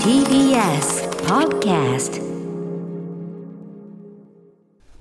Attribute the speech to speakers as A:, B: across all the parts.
A: TBS Podcast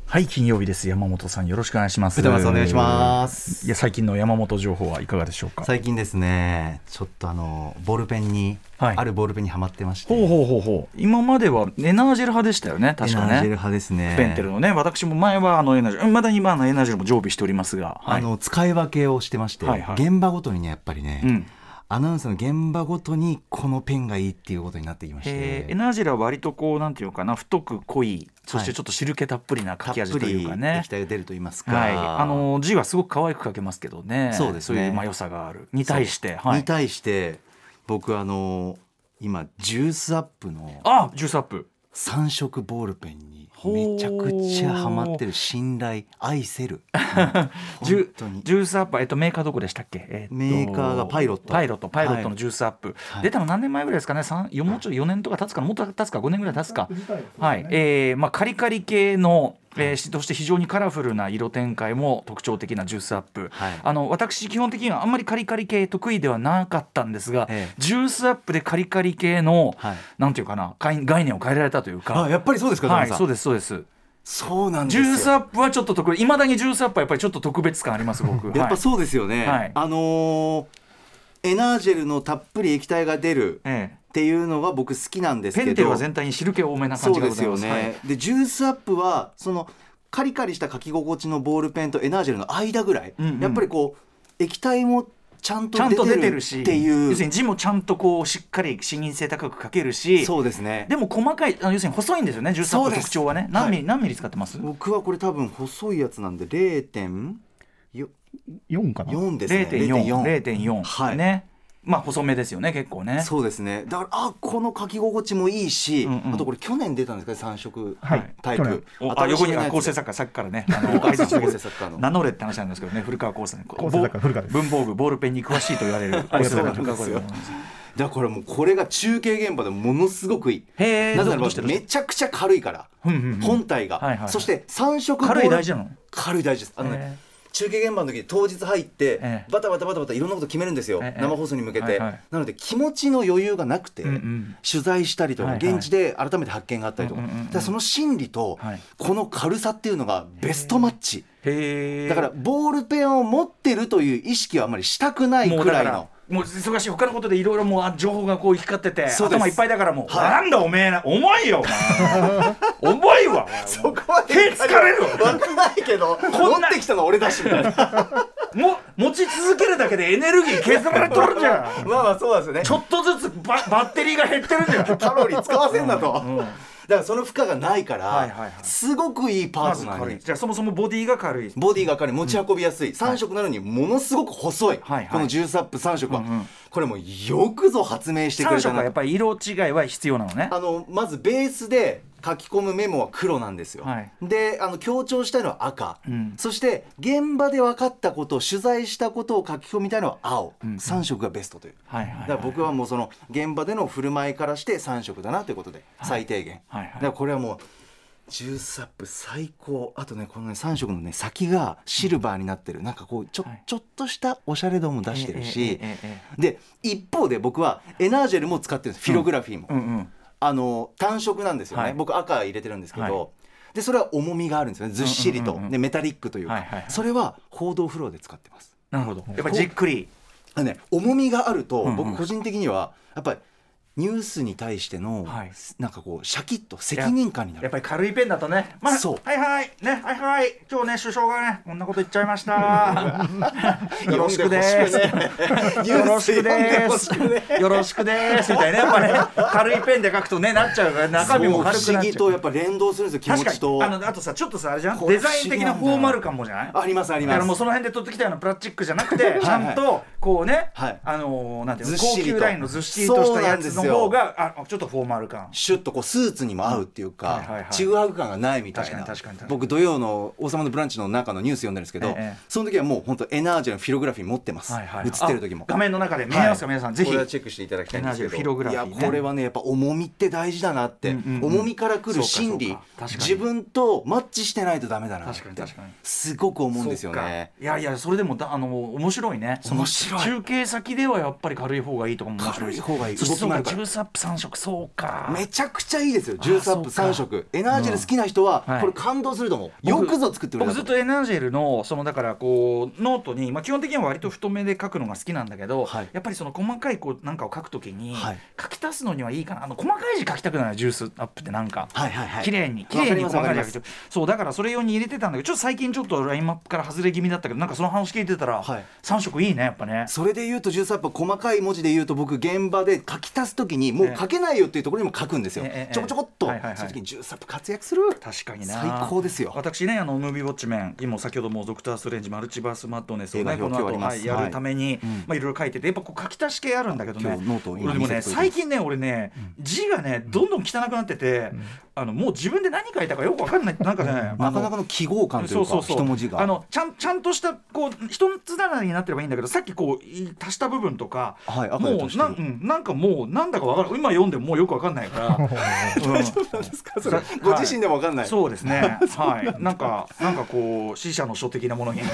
B: はい金曜日です山本さんよろしくお願いします
C: お願いします
B: いや最近の山本情報はいかがでしょうか
C: 最近ですねちょっとあのボールペンに、
B: はい
C: あるボールペンにはまってまして
B: ほうほうほうほう今まではエナージェル派でしたよね確か
C: エナージェル
B: ね
C: 派ですね
B: ペンテルのね私も前はあのエナージェルまだ今のエナージェルも常備しておりますが、はい
C: あの使い分けをしてまして、
B: はいはい
C: 現場ごとにねやっぱりね、
B: うん
C: アナウンスの現場ごとにこのペンがいいっていうことになってきまし
B: えー
C: て
B: エナージェルは割とこうなんていうかな太く濃いそして
C: はい
B: ちょっと汁気たっぷりな
C: た
B: 書
C: っ
B: き味
C: ぷ
B: とい
C: り
B: うかね
C: 液体が出ると言いますか、
B: はい、あの字はすごく可愛く書けますけどね
C: そうですね
B: そういうまあ良さがあるに対して、は
C: に
B: い、
C: 対して僕あの今ジュースアップの
B: あジュースアップ
C: 三色ボールペンにめちゃくちゃハマってる信頼愛 せる、うん
B: ジュ
C: 本当に
B: ジュースアップ、えっと、メーカーどこでしたっけ、えっと
C: メーカーがパイロット
B: パイロットパイロット
C: は
B: の
C: い
B: ジュースアップ、
C: はい
B: 出たの何年前ぐらいですかね三よもうちょ4年とか経つかなもっと経つか5年ぐらい経つか、はいえーまあ、カリカリ系の、えー、として非常にカラフルな色展開も特徴的なジュースアップ、
C: はい
B: あの私基本的にはあんまりカリカリ系得意ではなかったんですが、
C: ええ
B: ジュースアップでカリカリ系の、
C: はい
B: なんていうかな概概念を変えられたというか
C: あやっぱりそうですか、
B: は
C: ダ
B: い、
C: ンさん
B: そうですそうです
C: そうなんです
B: ジ
C: よ
B: ュースアップはちょっと特別いまだにジュースアップはやっぱりちょっと特別感あります僕
C: やっぱ
B: う、
C: そうですよね、
B: はい
C: あのーエナージェルのたっぷり液体が出る
B: はいえ
C: っていうのが僕好きなんで
B: え
C: す
B: ペ
C: けど
B: ンテルは全体に汁気多めな感
C: そ
B: じ
C: う
B: が
C: で
B: ご
C: す
B: ざい
C: よ
B: ます
C: ね、
B: はい
C: でジュースアップはそのカリカリした書き心地のボールペンとエナージェルの間ぐらい、
B: うんうん
C: やっぱりこう液体もちゃん
B: ちゃ
C: と
B: んと
C: 出
B: 出
C: て
B: て
C: る
B: る
C: っ
B: して
C: い
B: 要
C: う
B: するに字もちゃんとこうしっかり視認性高く書けるし
C: そうですね
B: でも細かいあの要するに細いんですよねジュースアップの
C: そうです
B: 特徴はね何ミリ、
C: はい
B: 何ミリ使ってます
C: 僕はこれ多分細いやつなんで0.4
B: 4か
C: ですね
B: 0.40.4、
C: はい
B: ねまあ細めですよね結構ね
C: そうですねだからあこの書き心地もいいし、
B: うんうん
C: あとこれ去年出たんですかね3色
B: はい
C: タイプ、
B: おあ横にあ構成
C: 作
B: 作家さっきから ねあの挨拶
C: 構成作家の
B: 名乗れって話なんですけどね古川構成構
D: 成作家古川です
B: 文房具ボールペンに詳しいと言われる
C: ありがとうございます
B: 古川構成でございます
C: だからもうこれが中継現場でものすごくいい
B: へー
C: なぜなら
B: どう
C: ば
B: してどうして
C: めちゃくちゃ軽いから、
B: うんうんうん
C: 本体が、
B: はいはいはい
C: そして3色ボール
B: 軽い大事なの
C: 軽い大事ですあのね、
B: え
C: 中継現場の時に当日入って、
B: ええ
C: バタバタバタバタいろんなこと決めるんですよ、
B: ええ
C: 生放送に向けて、
B: はいはい
C: なので気持ちの余裕がなくて、
B: うんうん
C: 取材したりとか、
B: はいはい
C: 現地で改めて発見があったりとか,、
B: うんうんうんうん
C: だからその心理と、
B: はい
C: この軽さっていうのがベストマッチ、
B: へえ
C: だからボールペンを持ってるという意識はあまりしたくない
B: もう
C: く
B: だか
C: らいの
B: ら。もう忙しい他のことでいろいろもうあ情報がこう行き交ってて
C: そうです
B: 頭いっぱいだからもう、
C: はい
B: なんだおめえな重いよお前 重いわそ
C: そこまで
B: 手疲れるわ
C: わかんないけど持
B: こんな
C: ってきたのは俺だしみたい なまあ
B: も持ち続けるだけでエネルギー削られとるじゃ ん
C: まあそうなんです
B: ち
C: よ
B: ょ
C: ね
B: っとずつババッテリーが減ってるじゃん
C: カロリー使わせんなと、
B: うんうん
C: だからその負荷がないから、
B: はいはいはい
C: すごくいいパー
B: ま
C: ツ
B: ず
C: なの
B: 軽い
C: に
B: じゃあそもそもボディが軽い
C: ボディが軽い持ち運びやすい、3色なのにものすごく細い、
B: はいはい
C: このジュースアップ3色は、
B: うんうん
C: これもうよくぞ発明してく
B: 3
C: れた
B: 色は
C: な
B: やっぱり色違いは必要なのね
C: あのまずベースで書き込むメモは黒なんですよ、
B: はい
C: であの強調したいのは赤、
B: ん
C: そして現場で分かったこと取材したことを書き込みたいのは青、3色がベストという、
B: はいはいはい
C: だから僕はもうその現場での振る舞いからして3色だなということで最低限、
B: はいはい
C: だからこれはもうジュースアップ最高あとねこのね3色のね先がシルバーになってるなんかこうちょ,、
B: はい
C: ちょっとしたおしゃれ度も出してるし、
B: えええええ
C: で一方で僕はエナージェルも使ってるんですフィログラフィーも、
B: うんうん
C: あの単色なんですよね、
B: はい
C: 僕赤入れてるんですけど、
B: は
C: でそれは重みがあるんですよねずっしりと、
B: うんうんうんうん
C: でメタリックというか、
B: はいはいはい
C: それは報道フローで使ってます
B: なるほどやっぱりじっくり
C: あのね、重みがあると、
B: うんうん
C: 僕個人的にはやっぱりニュースに対しての、
B: はい
C: なんかこうシャキッと責任感にな
B: やっ
C: る
B: ぱり軽いペンだとね、まあ、
C: そう
B: はいはい、ね、はいはい、今日ね、首相がね、こんなこと言っちゃいま した。よろしくで
C: 読んでほ
B: す。
C: しくね
B: よろしくで
C: 読 んでほしく
B: す。よろしくです。みたいな、やっぱね、軽いペンで書くとね、なっちゃうから、中身も軽く
C: そう不
B: なっ
C: 思議
B: ちゃ
C: と
B: う。
C: やっぱ連動するんですよ気
B: 確
C: 持
B: か
C: ちと
B: にあのあとさちょっとさあれじゃん
C: こ
B: デ
C: れ
B: ザイン的な
C: 不思議なん
B: フ
C: だよ
B: ォーマル感もじゃない
C: ありますありま
B: だ
C: す
B: からもうその辺で取ってきたようなプラスチックじゃなくてちゃんとこうね、
C: はい
B: あのーなんていうの
C: ずっ
B: 高
C: しりと
B: 級ラインのずっしりとしたやつの
C: ですよ
B: 方があちょっとフォーマル感
C: シュッとこうスーツにも合うっていうか、
B: はいはいはい
C: ちぐはぐ感がないみたいな
B: 確かに確かに確かに
C: 僕土曜の「王様のブランチ」の中のニュース読んでるんですけど、
B: ええ
C: その時はもう本当エナージェのフィログラフィー持ってます、
B: はいはい
C: 映ってる時も
B: あ画面の中で見えますか、皆さんぜひ
C: これはチェックしていただきたいんですけ
B: エナージェフ
C: ど
B: ィログラフィーね
C: いやこれはねやっぱ重みって大事だなって、
B: うんうんうん
C: 重みからくる心
B: そう
C: 理
B: かそうか確かに
C: 自分とマッチしてないとダメだなって
B: 確かに確かに
C: すごく思うんですよね
B: そうかいやいやそれでもだあの面白いね
C: 面白い
B: 中継先ではやっぱり軽い方がいいとかも面白いし
C: 軽い方がいい
B: そしてそう
C: 動
B: か
C: きもあるから
B: 13分3色そうか
C: めちゃくちゃいいですよジュースアップ
B: そうか
C: 3色エナージェル好きな人は
B: はい
C: これ感動すると思う、よくぞ作ってくれ
B: 僕
C: た
B: ずっ
C: と
B: とエナージェルのそのだからこうノートに、まあ、基本的には割と太めで書くのが好きなんだけど、
C: はい
B: やっぱりその細かいこうなんかを書くときに、
C: はい
B: 書き足すのにはいいかなあの細かい字書きたくなるジュースアップってなんか。
C: はいはいはい
B: 綺麗に綺
C: わか
B: 麗
C: り
B: に
C: ます
B: 細
C: わ
B: か
C: か
B: い
C: り
B: 字書
C: ま
B: き
C: す
B: たいそうだからそれ用に入れてたんだけどちょっと最近ちょっとラインマップから外れ気味だったけどなんかその話聞いてたら、
C: はい
B: 三3色いいねやっぱね
C: それで言うとジュースアップ細かい文字で言うと僕現場で書き足すときにもう書けないよっていうところにも書くんですよ、
B: ええええ
C: ちょこちょこっと、
B: はいはいはい
C: その時にジュースアップ活躍する
B: 確かにな
C: 最高ですよ
B: 私ねあのムービーウォッチメン今先ほども「ドクター・ストレンジ」「マルチバース・マッドネス」をね
C: 映画
B: こ
C: 表
B: の
C: 今
B: 後、
C: 日ありま
B: は
C: す
B: い、やるために、
C: うん
B: まあ、いろいろ書いててやっぱこう書き足し系あるんだけどね
C: 今日ノートを今
B: 俺でもね
C: 見せてくれて
B: 最近ね俺ね字がねどんどん汚くなってて、あのもう自分で何書いたかよく分かんないなんかね
C: なかなかの記号感というか一文字が
B: あのちゃんちゃんとしたこう一つながりになってればいいんだけどさっきこうい足した部分とか、
C: はい赤で
B: も
C: 足し
B: う
C: て
B: な
C: る
B: んうんなんかもうなんだかわからない今読んでももうよくわかんない から、大丈夫なんですか
C: それご自身でもわかんない、
B: そうですね。はい。なんかなんかこう死者の書的なもの にで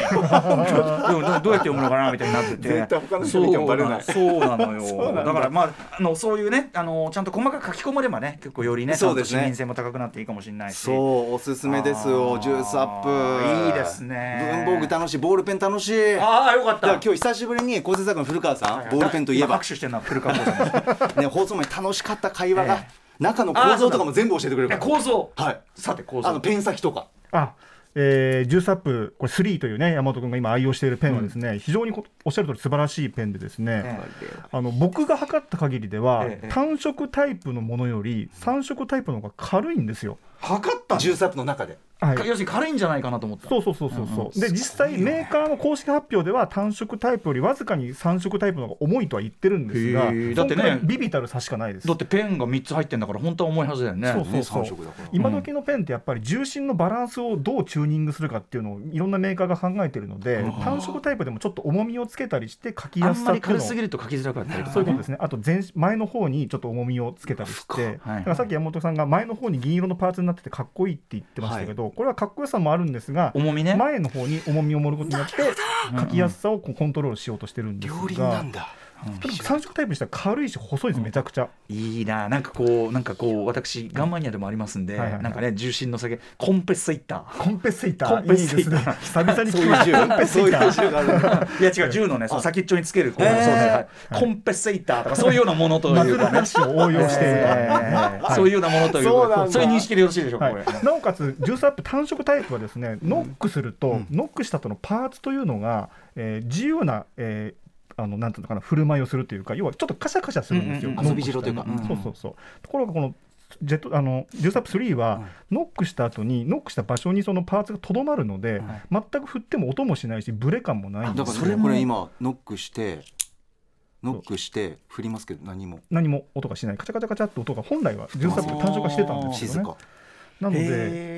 B: もどうやって読むのかなみたいになってて、
C: 絶対他の人見てもバレない
B: そうなのよ。
C: そうなん
B: だ
C: だ
B: からまああのそういうねあのちゃんと細かく書き込まればね結構よりねちゃ
C: そ
B: ん
C: う
B: と
C: です
B: 市
C: ね
B: 民性も高くなっていいかもしれないし。
C: そうおすすめです
B: あ
C: よ
B: ー
C: ジュースアップ
B: いいですね
C: 文房具楽しいボールペン楽しいだか
B: ああよかった。
C: ら今日久しぶりに構成作家の古川さん、
B: はい
C: ボールペンといえ
B: 今
C: ば
B: 拍、手してるのは古川光さんです。
C: ね、放送前楽しかった会話が、
B: え
C: 中の構造とかも全部教えてくれる
B: え
C: から
B: 構造。
C: はい
B: さて構造。
C: あのペン先とか
D: あえー、ジュースアップ、これ3というね、山本君が今愛用しているペンはですね、非常にこおっしゃる通り素晴らしいペンでですね、
B: ええ
D: あの僕が測った限りでは、
B: ええ
D: 単色タイプのものより3色タイプの方が軽いんですよ。
B: 測ったんだ
C: ジュースアップの中で
D: はい
B: か、要するに軽いんじゃないかなと思った。
D: そうそうそうそうそう、で実際メーカーの公式発表では単色タイプよりわずかに3色タイプの方が重いとは言ってるんです
B: へ
D: が
B: ーだってね
D: そんくらいビビたる差しかないです
B: だってペンが三つ入ってんだから本当は重いはずだよね。
D: そうそうそう、
C: ね三色だから
D: 今時のペンってやっぱり重心のバランスをどうチューニングするかっていうのをいろんなメーカーが考えてるので単色タイプでもちょっと重みをつけたりして書き
B: あ
D: や
B: ん
D: す
B: ま
D: さっ
B: り
D: ていう
B: 軽
D: のを
B: すぎると書きづらかったりとかね
D: そういうことですねあと前前の方にちょっと重みをつけたりし
B: は
D: て、
B: い
D: だからさっき山本さんが前の方に銀色のパーツになっててかっこいいって言ってましたけど、これはかっこよさもあるんですが
B: 重みね
D: 前の方に重みを盛ることによって書きやすさをこうコントロールしようとしてるんです
C: 両
D: が、
C: 輪なんだ
D: ただ三色タイプにしたら軽いし細いですめちゃくちゃ、
B: いいななんかこうなんかこう私ガンマニアでもありますんで、
D: はいはいはい
B: なんかね重心の下げコンペスイッタ
D: コンペセイター
B: コンペセイター
D: いいですね久々に
C: そう
D: 聞
C: い
D: き
C: う 銃
D: ましたコンペセ
C: そう
D: イ
C: い
D: タ
C: う
D: ー
C: 銃があるんだ
B: ーいや違う銃のねそう先っちょにつけるこう、
C: えー
B: そうねはいコンペスイッターとかそういうようなものと
D: マ
B: い
D: ズ
B: う
D: ル
B: か
D: ダ
B: ね
D: ッシュを応用して、はい
B: そういうようなものというか
C: そうなんだ
B: そういう認識でよろしいでしょうか、
D: は
B: これ
D: い、なおかつジュースアップ単色タイプはですね、ノックすると、ノックした後のパーツというのが、えー自由な、えーあのなんていうのかな振る舞いをするというか要はちょっとカシャカシャするんですよ、
B: うんうん
D: ノ
B: うん
C: 遊
D: ック
C: び城というか
D: したらそうそうそうところがこのジェットあのジュースアップ3は、ノックした後にノックした場所にそのパーツがとどまるので、全く振っても音もしないしブレ感もないん
C: だ
D: で
C: から
D: す
C: それこれ今ノックしてノックして振りますけど何も
D: 何も音がしないカチャカチャカチャって音が本来はジュースアップ単色化してたんですよ
C: 静
D: ね
C: か
D: なの
B: へ
D: で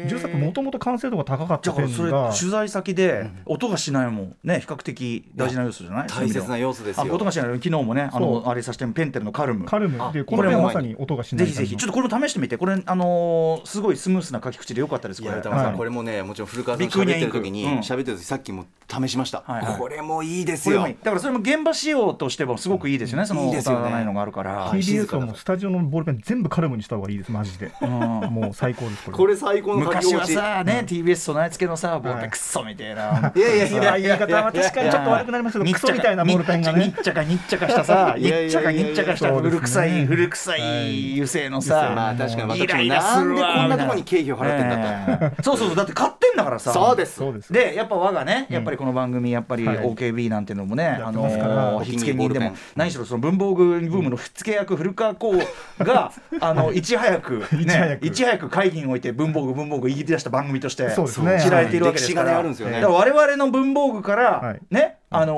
B: ー
D: ジュースアップもともと完成度が高かっ
B: じ
D: た
B: ゃあ
D: ペンが
B: それ取材先で音がしないもんね比較的大事な要素じゃない
C: 大切な要素です
B: あ
C: よ
B: 音がしない昨日もねあ
D: そ
B: のあれさせてペンテルのカルム
D: カルムで
C: あ
D: このペン
B: これも
D: はまさに音がし
B: ぜ
D: ない
B: ひぜひちょっとこれも試してみてこれあのーすごいスムースな書き口でよかったです
C: い
B: こ
C: や
B: れ
C: 歌丸さ
D: は
C: ん
D: い
C: これもねもちろん古川さん
B: ビッグニ
C: 喋
B: ャン
C: ってる時に
B: うん
C: 喋ってる時さっきも試しました
B: はいはい
C: これもいいです
B: これ
C: よ
B: もいいだからそれも現場仕様としてもすごくいいですよね、その
C: いいですよね
B: お互いのがあるから、
C: はい静か
D: TBS は
C: だから
D: もうスタジオのボールペン全部カルムにした方がいいですマジでもう最高です
C: こ
D: これ
C: れ最高の書
B: 昔
C: き心
B: は
C: 地
B: さ、ね TBS 備え付けのさボールペ
D: は
B: ン
D: い
B: クソみたいな。
C: いやいやい
D: いや
C: や
D: 言い方は確かにちょっと悪くなりましたけどクソみたいなボールペンが
B: にっ
D: ね
B: ちゃかにっちゃかしたさ、
C: い
B: に
C: やい
B: っ
C: やい
B: ちゃ
C: やい
B: か
C: や
B: にっちゃかした
D: そうですね
B: 古臭い古臭
D: はいい
B: 油性の
C: ま
B: さ
C: あ、確かに
B: イラ
C: 私
B: イ
C: も
B: ラす
C: な
B: る
C: んで
B: わ
C: こんなとこに経費を払ってんだと
B: え えそうそうそうだって買ってんだからさ。
C: そうです
D: そうです
B: でやっぱ我がねやっぱりこの番組やっぱり
D: はい
B: OKB なんてのもね、あ
D: やってますから
B: のー火付け人で
C: お気
B: も
C: に入りボールペン
B: 何しろその文房具ブ ームの火付け役古川光があのいち早くね
D: いち早く
B: いち早く会議をいて文房具文房具言い出した番組として
D: そうですね
B: 知られているわけですから,、
C: はい歴史がねあるんですよね
B: だから我々の文房具から、
D: はい
B: ねあの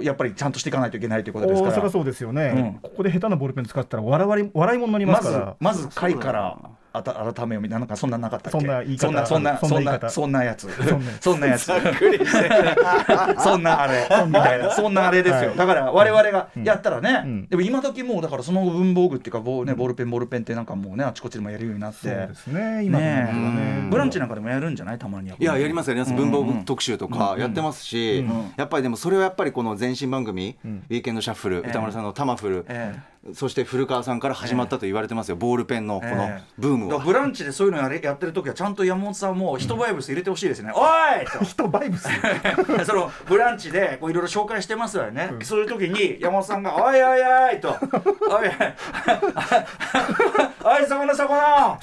B: ーやっぱりちゃんとしていかないといけないということですか
D: お
B: ら
D: そりゃそうですよね、
B: うん
D: ここで下手なボールペン使ってたら笑われ笑いもんになりま
B: ます
D: か
B: ず
D: ら、
B: まず回からあた改めようみたいななんかそんななかったっけ
D: そんな言い方
B: そんなそんな
D: そん
B: そ
D: なん言い
B: な
D: 方
B: そんなやつ
D: んな
B: そんなやつ
C: ざっくりして
B: そんなあれみたいなそんなあれですよ、
D: はい
B: だから我々が
D: うん
B: やったらね、
D: うん
B: でも今時もうだからその文房具っていうかボ,、ね、ボールペンボールペンってなんかもうねあちこちでもやるようになって、
D: そうですね今のね
B: ねえ
C: うん
B: ブランチなんかでもやるんじゃないたまに
C: いややりますやります文房具
B: と
C: 特集とかやってますし、
B: うんうん
C: やっぱりでもそれはやっぱりこの前身番組「
D: うん
C: ウィーケンドシャッフル」
B: ええ
C: 歌丸さんの「タマフル」
B: え
C: そして古川さんから始まったと言われてますよ、ボールペンのこの
B: ええ
C: ブー
B: え
C: ム
B: だ
C: は
B: からブランチでそういうのやれやってる時はちゃんと山本さんも人バイブス入れてほしいですね、おいと
D: 人バイブス
B: そのブランチでこういろいろ紹介してますわよね、そういう時に山本さんが「おいおいおい」と 「おいおいそこのそこの
D: あ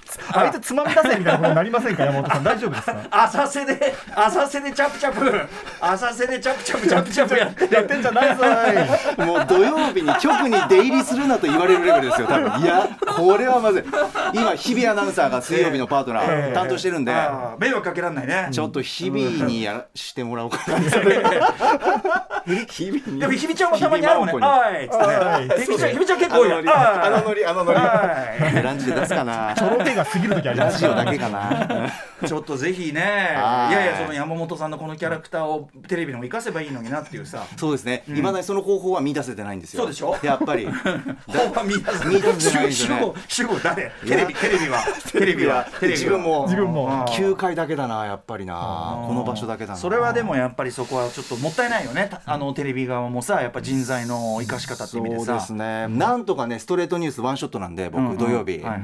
D: いつつまみ出せみたいなことになりませんか山本さん大丈夫で すか
B: 浅瀬で浅瀬でチャプチャプ浅瀬でチャプチャプチャプチャプやってる
D: やってんじゃないぞい
C: もう土曜日に局に出入りするなと言われるレベルですよ多分いやこれはまずい今日比アナウンサーが水曜日のパートナ
B: え
C: ー
B: え
C: 担当してるんで、
B: あー迷惑かけらんないね
C: ちょっと日々にやらしてもらおうかな。日々に
B: でもひびちゃんもたまにあるもんね「おい」っつって
D: おい
B: ねひびちゃんひびちゃん結構多い
C: あ
B: や
C: のノ
B: ん
C: リ、あのノリ、あのノリ。
B: はい
C: ランチで出すかな。
D: トロ手が過ぎる時ありま
C: ラ
D: す
C: ジオだけ かな。
B: ちょっとぜひね、い
C: はい
B: やいや、その山本さんのこのキャラクターをテレビでも生かせばいいのになっていうさ、
C: そうですね。いまだにその方法は見出せてないんですよ。
B: そうでしょ
C: やっぱり。だ
B: 本番見出す
C: 見出せないんです
B: 主
C: よね
B: 語、主語誰テレビ、テレビは、テレビは、テレビは。
C: 自分も。
D: 自分も
C: 9回だけだな、やっぱりな。この場所だけだな。
B: それはでもやっぱりそこはちょっともったいないよねたあのテレビ側もさやっぱ人材の生かし方って意
C: そう
B: 味でさ
C: ですね。なんとかね、ストレートニュースワンショットなんで、
B: うんう
C: 僕
B: ん
C: 土曜日。
B: はいはい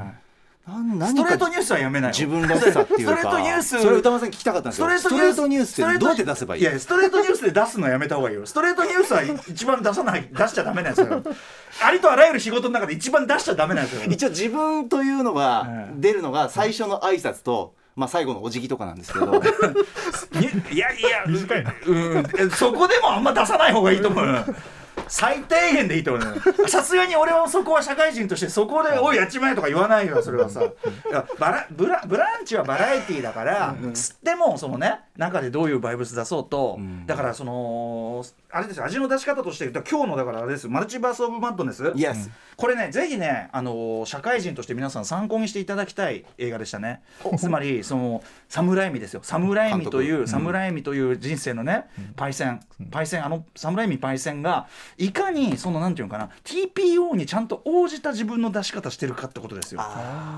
C: なん
B: ス
C: 何
B: ト
C: か
B: レートニュースはやめないよ
C: 自分らしさっていうか。
B: ストレートニュース
C: それ歌丸さん聞きたかったんですよ。ストレートニュースってどうやって出せばいい
B: いやストレートニュースで出すのやめた方がいいよストレートニュースは一番出さない出しちゃダメなやつだよありとあらゆる仕事の中で一番出しちゃダメなやつだよ
C: 一応自分というのが
B: ええ
C: 出るのが最初の挨拶と、まあ、最後のお辞儀とかなんですけど
B: いやいや
D: 短いな
B: うんえそこでもあんま出さない方がいいと思うよ最低限でいいと思うよさすがに俺はそこは社会人としてそこで「おいやっちまえ」とか言わないよそれはさいやバラブラブランチはバラエティーだからつってもそのね中でどういうバイブス出そうと、
C: ん
B: だからそのあれですよ味の出し方として言うと今日のだからあれですマルチバース・オブ・マッドネス
C: Yes
B: これねぜひね、あのー社会人として皆さん参考にしていただきたい映画でしたねつまりそのサムライミですよサムライミとい
C: 監
B: うサムライミという人生のね、パイセンパイセンあのサムライミパイセンがいかにそのなんていうのかな TPO にちゃんと応じた自分の出し方してるかってことですよ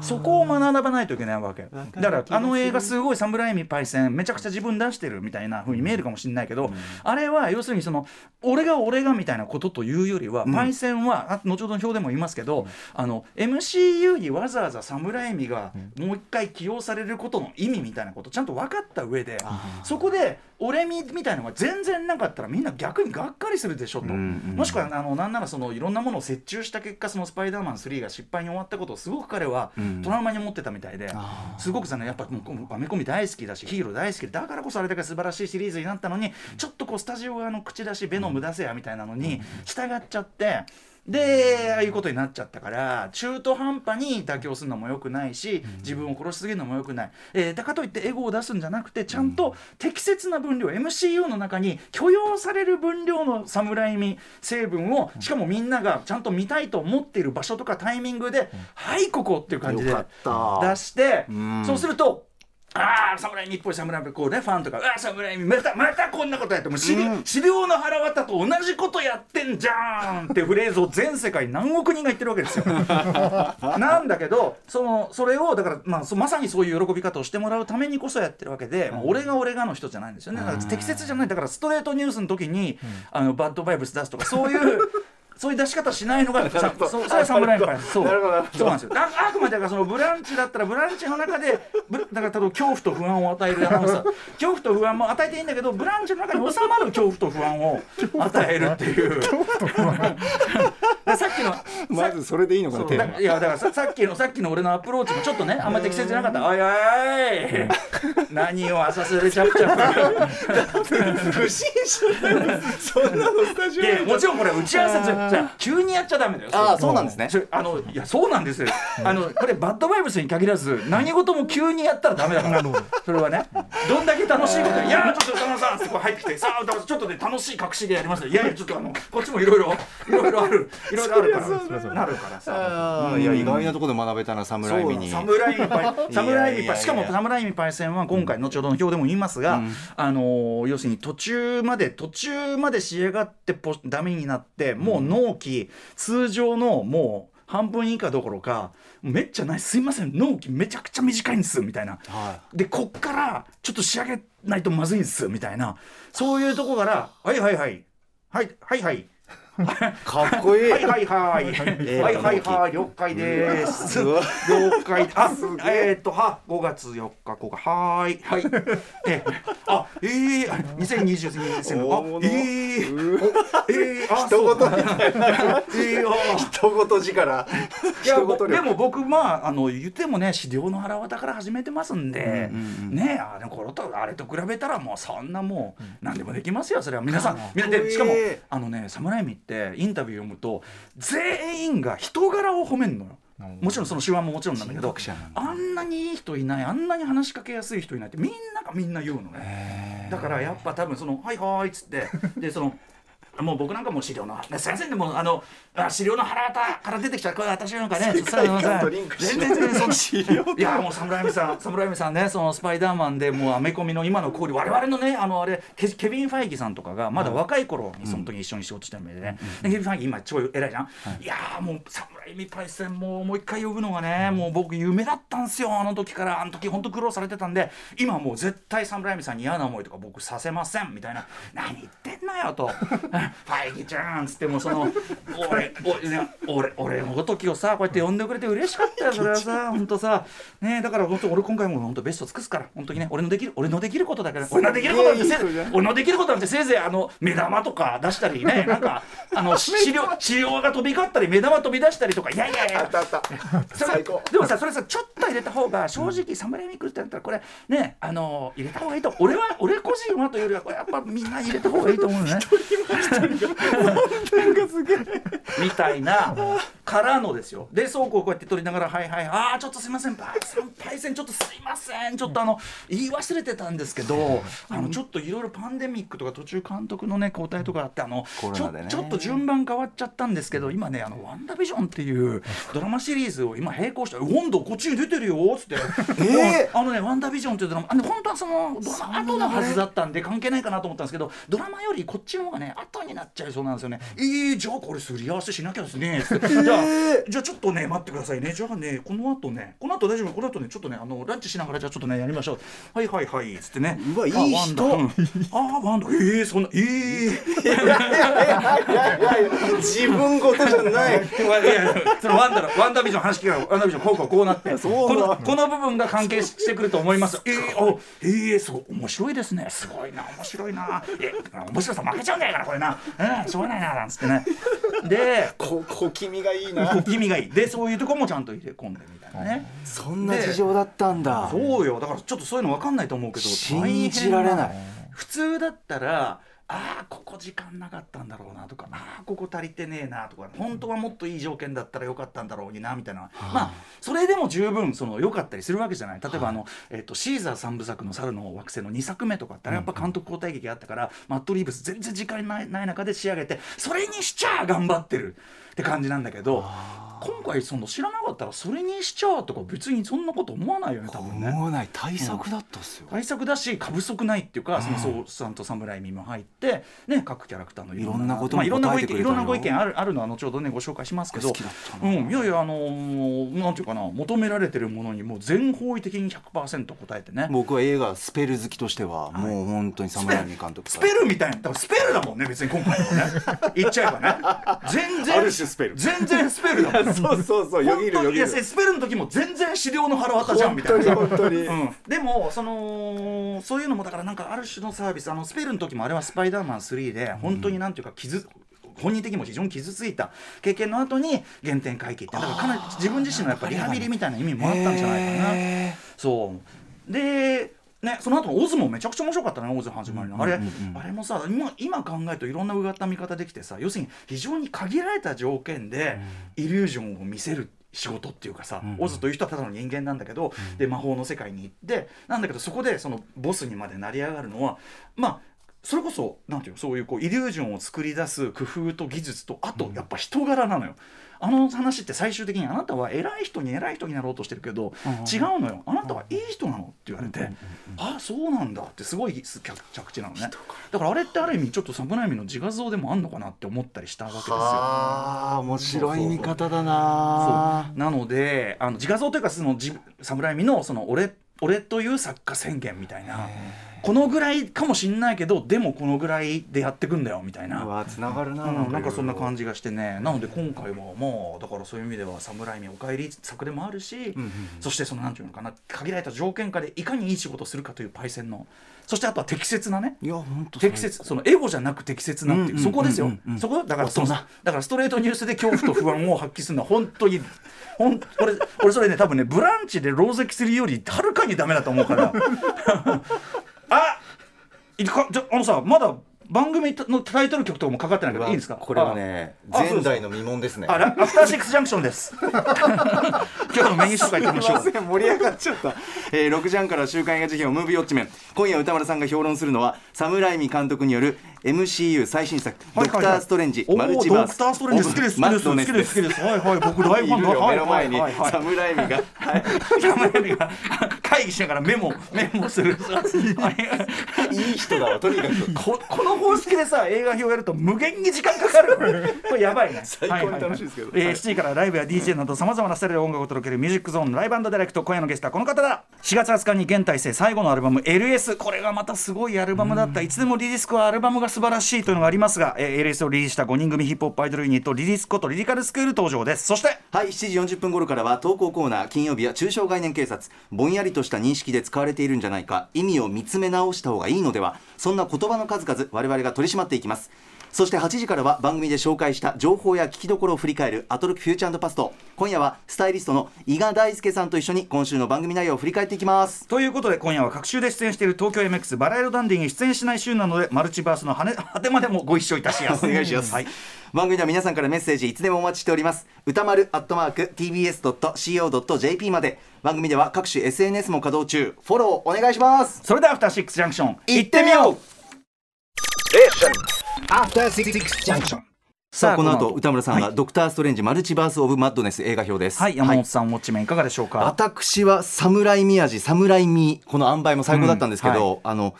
B: そこを学ばないといけないわけだからあの映画すごいサムライミパイセンめちゃくちゃ自分出してるみたいな風に見えるかもしれないけど、あれは要するにその俺が俺がみたいなことというよりは、パイセンはあ後ほどの表でも言いますけど、あの MCU にわざわざサムライミがもう一回起用されることの意味みたいなことちゃんと分かった上で、そこで俺みみたいなのが全然なかったらみんな逆にがっかりするでしょと、
C: んうん
B: もしくはあのなんならそのいろんなものを折衷した結果その「スパイダーマン3」が失敗に終わったことをすごく彼は
C: うん
B: トラウマに思ってたみたいで、
C: あ
B: すごくさねやっぱもうこうアメコミ大好きだしヒーロー大好きでだからこそあれだけ素晴らしいシリーズになったのにちょっとこうスタジオ側の口出しベノム出せやみたいなのに従っちゃって。でああいうことになっちゃったから中途半端に妥協するのもよくないし自分を殺しすぎるのもよくない、えーだからといってエゴを出すんじゃなくてちゃんと適切な分量 MCU の中に許容される分量の侍味成分をしかもみんながちゃんと見たいと思っている場所とかタイミングで「はいここ」っていう感じで
C: よかった
B: 出して
C: うん
B: そうすると。ああ侍日本侍こうねファンとか「ああ侍またまたこんなことやってもう資料,、
C: うん
B: 資料の腹渡と同じことやってんじゃーん」ってフレーズを全世界何億人が言ってるわけですよ。 なんだけどそのそれをだから、まあ、そまさにそういう喜び方をしてもらうためにこそやってるわけで、まあ、俺が俺がの人じゃないんですよねだから適切じゃないだからストレートニュースの時に、あのバッドバイブス出すとかそういう そういう出し方しないのがさそそれは侍の会そう
C: なるほどなるほど
B: そうなんですよああくまでだからそのブランチだったらブランチの中でぶだから例えば恐怖と不安を与えるアナウンサー 恐怖と不安も与えていいんだけどブランチの中に収まる恐怖と不安を与えるっていうで さっきの
C: ーまずそれでいいのか
B: そ
C: な
B: う
C: テ
B: だ
C: ーマ
B: いやだからささっきのさっきの俺のアプローチもちょっとねあんまり適切じゃなかった「おいおいおい何を浅瀬でチャプチャプ」
C: 不審者だよそんなのスタジ
B: いやもちろんこれ打ち合わせじゃあ急にやっちゃダメだよれ
C: ああそうなんですね
B: それあのいやそうなんですよあのこれバッドバイブスに限らず何事も急にやったらダメだからそれはねどんだけ楽しいこといやーちょっと歌丸さんってこう入ってきてさあ歌丸さんちょっとね楽しい隠し芸やりますねいやいやちょっとあのこっちもいろいろいろいろあるいろいろあるからなるからさ。
C: あーいや意外なところで学べたな侍ミに
B: 侍ミパイ、侍ミ
C: いやいやい
B: パ
C: や
B: イ、しかも侍ミパイ戦は今回後ほどの表でも言いますが、あのー要するに途中まで途中まで仕上がってポダメになって、もう納期通常のもう半分以下どころか、めっちゃないすいません納期めちゃくちゃ短いんですみたいな。
C: は
B: でこっからちょっと仕上げないとまずいんですみたいなそういうとこから「はいはいはいはいはいはい」
C: かっこいい
B: はいはい はい。はいはいはい、了解です。
C: うわ
B: 了解。あ、えっと、は、5月4日、ここ、はーい。はい。え、あ、ええ、2022年ですよ
C: 大
B: あ、
C: 物
B: ええ、ええ、あ、
C: 一
B: そう
C: 言
B: だ
C: みたいな
B: ええ、あ。
C: 一言力
B: いや
C: 一言力
B: でも僕まああの言ってもね資料の腹渡から始めてますんで、ねあの頃とあれと比べたらもうそんなもう何でもできますよそれは皆さんみんな
C: かっこい
B: で
C: い
B: しかもあのね侍ミってインタビュー読むと全員が人柄を褒めるのよ
D: なるほど
B: もちろんその手腕ももちろんなんだけど
C: 人格者なんだ
B: あんなにいい人いないあんなに話しかけやすい人いないってみんながみんな言うのね。だからやっぱ多分その「はいはーい」っつってでその もう僕なんかもう資料のね先生でもあのあ資料の腹渡から出てきたこれ私なんか ねちょっとさ
C: 世界観とリンクし
B: 全
C: ない
B: 然全然その資料いやもう侍ミさん侍ミさんねそのスパイダーマンでもうアメコミの今の交流我々のねあのあれケケビン・ファイギーさんとかがまだ若い頃にその時一緒に仕事してるんでね、でケビン・ファイギー今超偉いじゃん、い、やーもう侍ミパイセンもうもう一回呼ぶのがね、もう僕夢だったんですよあの時からあの時本当苦労されてたんで今もう絶対侍ミさんに嫌な思いとか僕させませんみたいな 何言ってんのよと ファイギーちゃんっつってもうそ の俺俺ね俺俺のごときをさこうやって呼んでくれて嬉しかったよそれは さ本当さねだから本当俺今回も本当ベスト尽くすから本当にね俺のできる俺のできることだから俺のできることなんてせいぜい俺のできることなんてせいぜいあの目玉とか出したりねなんかあ の資料資料が飛び交ったり目玉飛び出したりとかいやいやい
C: あ
B: や
C: ったあった
B: それ
C: 最高
B: でもさそれさちょっと入れた方が正直侍ミクルってなったらこれねあの入れた方がいいと俺は俺個人はというよりはこれやっぱみんなに入れた方がいいと思うのね みたいなからのですよでそうこうこうやって取りながら「はいはいああちょっとすいませんパイセンパイセンちょっとすいませんちょっとあの言い忘れてたんですけどあのちょっといろいろパンデミックとか途中監督のね交代とかあってあの
C: コロ
B: ちょ
C: ナでね
B: ちょっと順番変わっちゃったんですけど今ね「あのワンダービジョン」っていうドラマシリーズを今並行して「今度こっちに出てるよ」っつって「
C: え
B: あのねワンダービジョン」っていうドラマあの本当はそのドラマ後のはずだったんで関係ないかなと思ったんですけどドラマよりこっちの方がね後になっちゃいそうなんですよね「えー、じゃあこれすり合わせしなきゃですね」つってじゃあじゃあちょっとね待ってくださいねじゃあねこの後ねこの後大丈夫この後ねちょっとねあのランチしながらじゃあちょっとねやりましょうはいはいはい」っつってね
C: うわいい人
B: あワンダうんあーワンダえー、そんなえー
C: いやいやいや自分事じゃない
B: わいやいやそのワンダのワンダービジョン話聞けばワンダービジョンこうこうこうなって
C: そうなの
B: このこの部分が関係ししてくると思いますえー、おえー、すごい面白いですねすごいな面白いなえ面白さ負けちゃうんじゃないかなこれなうんしょうがないななんつってねで
C: こ小気味がいいな
B: 意味がいいでそういうとこもちゃんと入れ込んでみたいなね
C: そんな事情だったんだ
B: そうよだからちょっとそういうの分かんないと思うけど
C: 信じられ
B: 大変
C: ない
B: 普通だったらああここ時間なかったんだろうなとかああここ足りてねえなとか本当はもっといい条件だったらよかったんだろうになみたいな、まあそれでも十分その良かったりするわけじゃない例えばあの、えっとシーザー三部作の「猿の惑星」の2作目とかってあれやっぱ監督交代劇あったから、マット・リーブス全然時間ないない中で仕上げてそれにしちゃあ頑張ってるって感じなんだけど今回その知らなかったらそれにしちゃあとか別にそんなこと思わないよね多分ね。
C: 思わない対策だったっすよ
B: 対策だし過不足ないっていうか、そのそうさんと侍味も入って、ね、各キャラクターのいろんなまあ
C: い
B: いろ
C: ろん
B: ん
C: な
B: な
C: こ
B: ご意
C: とに答えてく
B: 見
C: れ
B: い
C: た
B: ろ
C: の
B: んなご意見あるあるのは後ほどねご紹介しますけど
C: 好きだった
B: うん、いやいやあのーなんていうかな求められてるものにもう全方位的に100%答えてね
C: 僕は映画スペル好きとしてはもう本当に侍ミ監督
B: スペルみたいなだからスペルだもんね別に今回もね 言っちゃえばね全然
C: ある種スペル
B: 全然スペルだもん
C: そうそうそう よぎる
B: 本当
C: よ
B: にい
C: ぎる
B: やスペルの時も全然資料の腹渡じゃんみたいな
C: 本当に
B: うん、でもそのそういうのもだからなんかある種のサービスあのスペルの時もあれは「スパイダーマン3」で本当になんていうか傷、本人的にも非常に傷ついた経験の後に原点回帰ってだからかなり自分自身のやっぱリハビリみたいな意味もあったんじゃないかな。そうでね、その後のオズもめちゃくちゃ面白かったねオズの始まりの、あれ、あれもさ今今考えるといろんなうがった見方できてさ要するに非常に限られた条件でイリュージョンを見せる仕事っていうかさ、オズという人はただの人間なんだけど、で魔法の世界に行ってなんだけどそこでそのボスにまで成り上がるのはまあそれこそなんていうのそういうこうイリュージョンを作り出す工夫と技術とあとやっぱ人柄なのよ。あの話って最終的にあなたは偉い人に偉い人になろうとしてるけど、違うのよあなたはいい人なのって言われて、あそうなんだってすごいす着着地なのねだからあれってある意味ちょっと侍海の自画像でもあんのかなって思ったりしたわけですよ。
C: ああ面白い見方だな
B: そうなのであの自画像というかその自侍海のその俺俺という作家宣言みたいなこのぐらいかもしんないけどでもこのぐらいでやってくんだよみたいな。
C: うわ繋がるな、
B: うん、なんかそんな感
C: じ
B: じがしてねなので今回はもうだからそういう意味では「侍におかえり」作でもあるし、
C: んうん
B: そしてそのなんていうのかな限られた条件下でいかにいい仕事をするかというパイセンのそしてあとは適切なね
C: いや本当
B: 適切そのエゴじゃなく適切なっていう、
C: うんうんうんうん
B: そこですよ、そこだからそのだからストレートニュースで恐怖と不安を発揮するのは本当にほん俺俺それね多分ね「ブランチ」で狼藉するよりはるかにダメだと思うから あいかじゃあのさまだ番組のタイトル曲とかもかかってないけどいいんですか
C: これはね
B: ああ
C: 前代の未聞ですね
B: あら、アフターシックスジャンクション です。今日のメニュー紹介いきましょ。
C: すいうません盛り上がっちゃった、えー、6時半から週刊映画事業ムービーウォッチメン今夜歌丸さんが評論するのは侍海監督による MCU 最新作「
B: はい
C: ドクター・ストレンジ」
B: おー
C: マルチバース
B: ドクターストレンジ好きです。
C: マ
B: 好きです。
C: ッド
B: 好
C: ネス
B: きで。
C: ですす
B: 好きです。はいはい、僕大
C: い
B: ファン
C: る
B: だ。
C: よ
B: は
C: 目
B: い
C: の前に
B: はいはいはい
C: 侍海が
B: 侍海が会議しながらメモメモする。はい
C: いい人だわとにかく
B: ここの方式でさ映画表やると無限に時間かかるこれこれやばいね最
C: 高に楽しいですけど
B: えー7時からライブや DJ などさまざまなスタイルで音楽を届けるミュージックゾーンライブディレクト今夜のゲストはこの方だ4月20日に現体制最後のアルバム LS これがまたすごいアルバムだったいつでもリリスクはアルバムが素晴らしいというのがありますが、えー LS をリリースした5人組ヒップホップアイドルユニットリリスコとリリカルスクール登場ですそして
C: はい7時40分頃からは投稿コーナー金曜日は中小概念警察ぼんやりとした認識で使われているんじゃないか意味を見つめ直した方がいいのではそんな言葉の数々我々が取り締まっていきますそして8時からは番組で紹介した情報や聞きどころを振り返るアトロックフューチャーパスト今夜はスタイリストの伊賀大輔さんと一緒に今週の番組内容を振り返っていきます
B: ということで今夜は各週で出演している東京 MX バラエロダンディに出演しない週なのでマルチバースの羽 果てまでもご一緒いたしやす
C: お願いします、
B: はい
C: 番組では皆さんからメッセージいつでもお待ちしております歌丸アットマーク tbs.co.jp まで番組では各種 SNS も稼働中フォローお願いします
B: それではアフターシックスジャンクション
C: 行ってみようさあこの後歌村さんが、ドクター・ストレンジ・マルチバース・オブ・マッドネス」映画表です
B: はい、山本さん、ウォッチメンいかがでしょうか。
C: 私は「侍宮治」「侍ミこの塩梅も最高だったんですけど、
B: うん
C: あの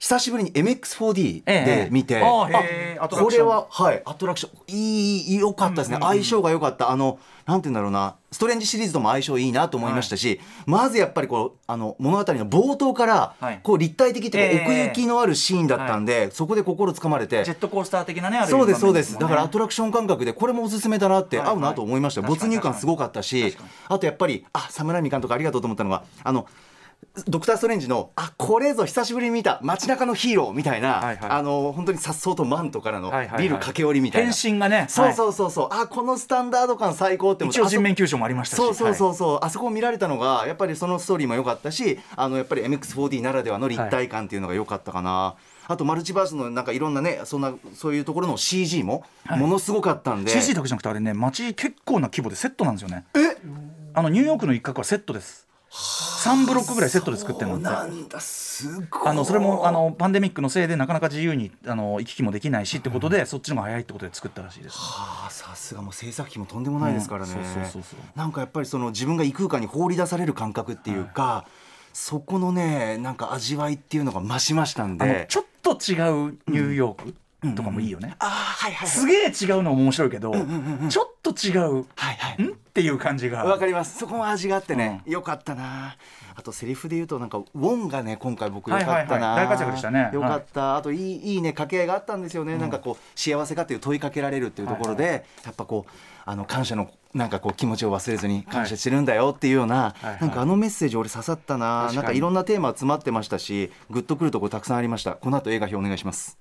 C: 久しぶりに MX4D
B: ええ
C: で見て、
B: ああへえアトラ
C: こ
B: クシ
C: れ
B: ョン
C: は、はい、アトラクションいい良かったですね、相性が良かったあのなんて言うんだろうなストレンジシリーズとも相性いいなと思いましたし、まずやっぱりこうあの物語の冒頭から、
B: はい
C: こう立体的というか、
B: ええ
C: 奥行きのあるシーンだったんで、そこで心つかまれて
B: ジェットコースター的なね、ある
C: そうですそうです、だからア
B: と
C: トラクション感覚でこれもおすすめだなって
B: はいはい
C: 合うなと思いました、
B: 確か
C: 没
B: に
C: 入感すごかったし
B: 確かに
C: あとやっぱりあ侍ミ監督ありがとうと思ったのがあのドクター・ストレンジのあこれぞ久しぶりに見た街中のヒーローみたいな、
B: はいはい
C: あの本当に颯爽とマントからの
B: はいはいはい
C: ビル駆け下りみたいな、
B: 変身がね、
C: そう
B: う。
C: そうそうそうあこのスタンダード感最高って思って
B: 一応人面救助もありましたし。。
C: そうそうそううそう、あそこを見られたのがやっぱりそのストーリーも良かったしあのやっぱり MX4D ならではの立体感っていうのが良かったかな、あとマルチバースのなんかいろんなねそんなそういうところの CG もものすごかったんで、
B: CG だけじゃなくて、あれね、街結構な規模でセットなんですよね。えあの、ニューヨークの一角はセットです。3ブロックぐらいセットで作ってるの
C: そう
B: って。
C: なんだすごい
B: あのそれもあのパンデミックのせいでなかなか自由にあの行き来もできないしってことで、そっちの方が早いってことで作ったらしいです。
C: あーさすがもう制作費もとんでもないですからね、
B: うんそうそうそうそう
C: なんかやっぱりその自分が異空間に放り出される感覚っていうか、そこのねなんか味わいっていうのが増しましたん
B: あの
C: で
B: ちょっと違うニューヨークとかもいいよね。
C: ああはいはい
B: すげえ違うのも面白いけど、ちょっと違う。
C: はいはい
B: んっていう感じが。
C: わかりますそこも味があってね、よかったなあとセリフで言うとなんかウォンがね今回僕よかったな、
B: はいはいはい大活躍でしたね
C: よかった、あといいいいね掛け合いがあったんですよね、なんかこう幸せかという問いかけられるっていうところで、やっぱこうあの感謝のなんかこう気持ちを忘れずに感謝してるんだよっていうような、
B: はいはい
C: なんかあのメッセージ俺刺さったな、
B: 確かに
C: なんかいろんなテーマ詰まってましたしグッとくるとこたくさんありましたこの後映画表お願いします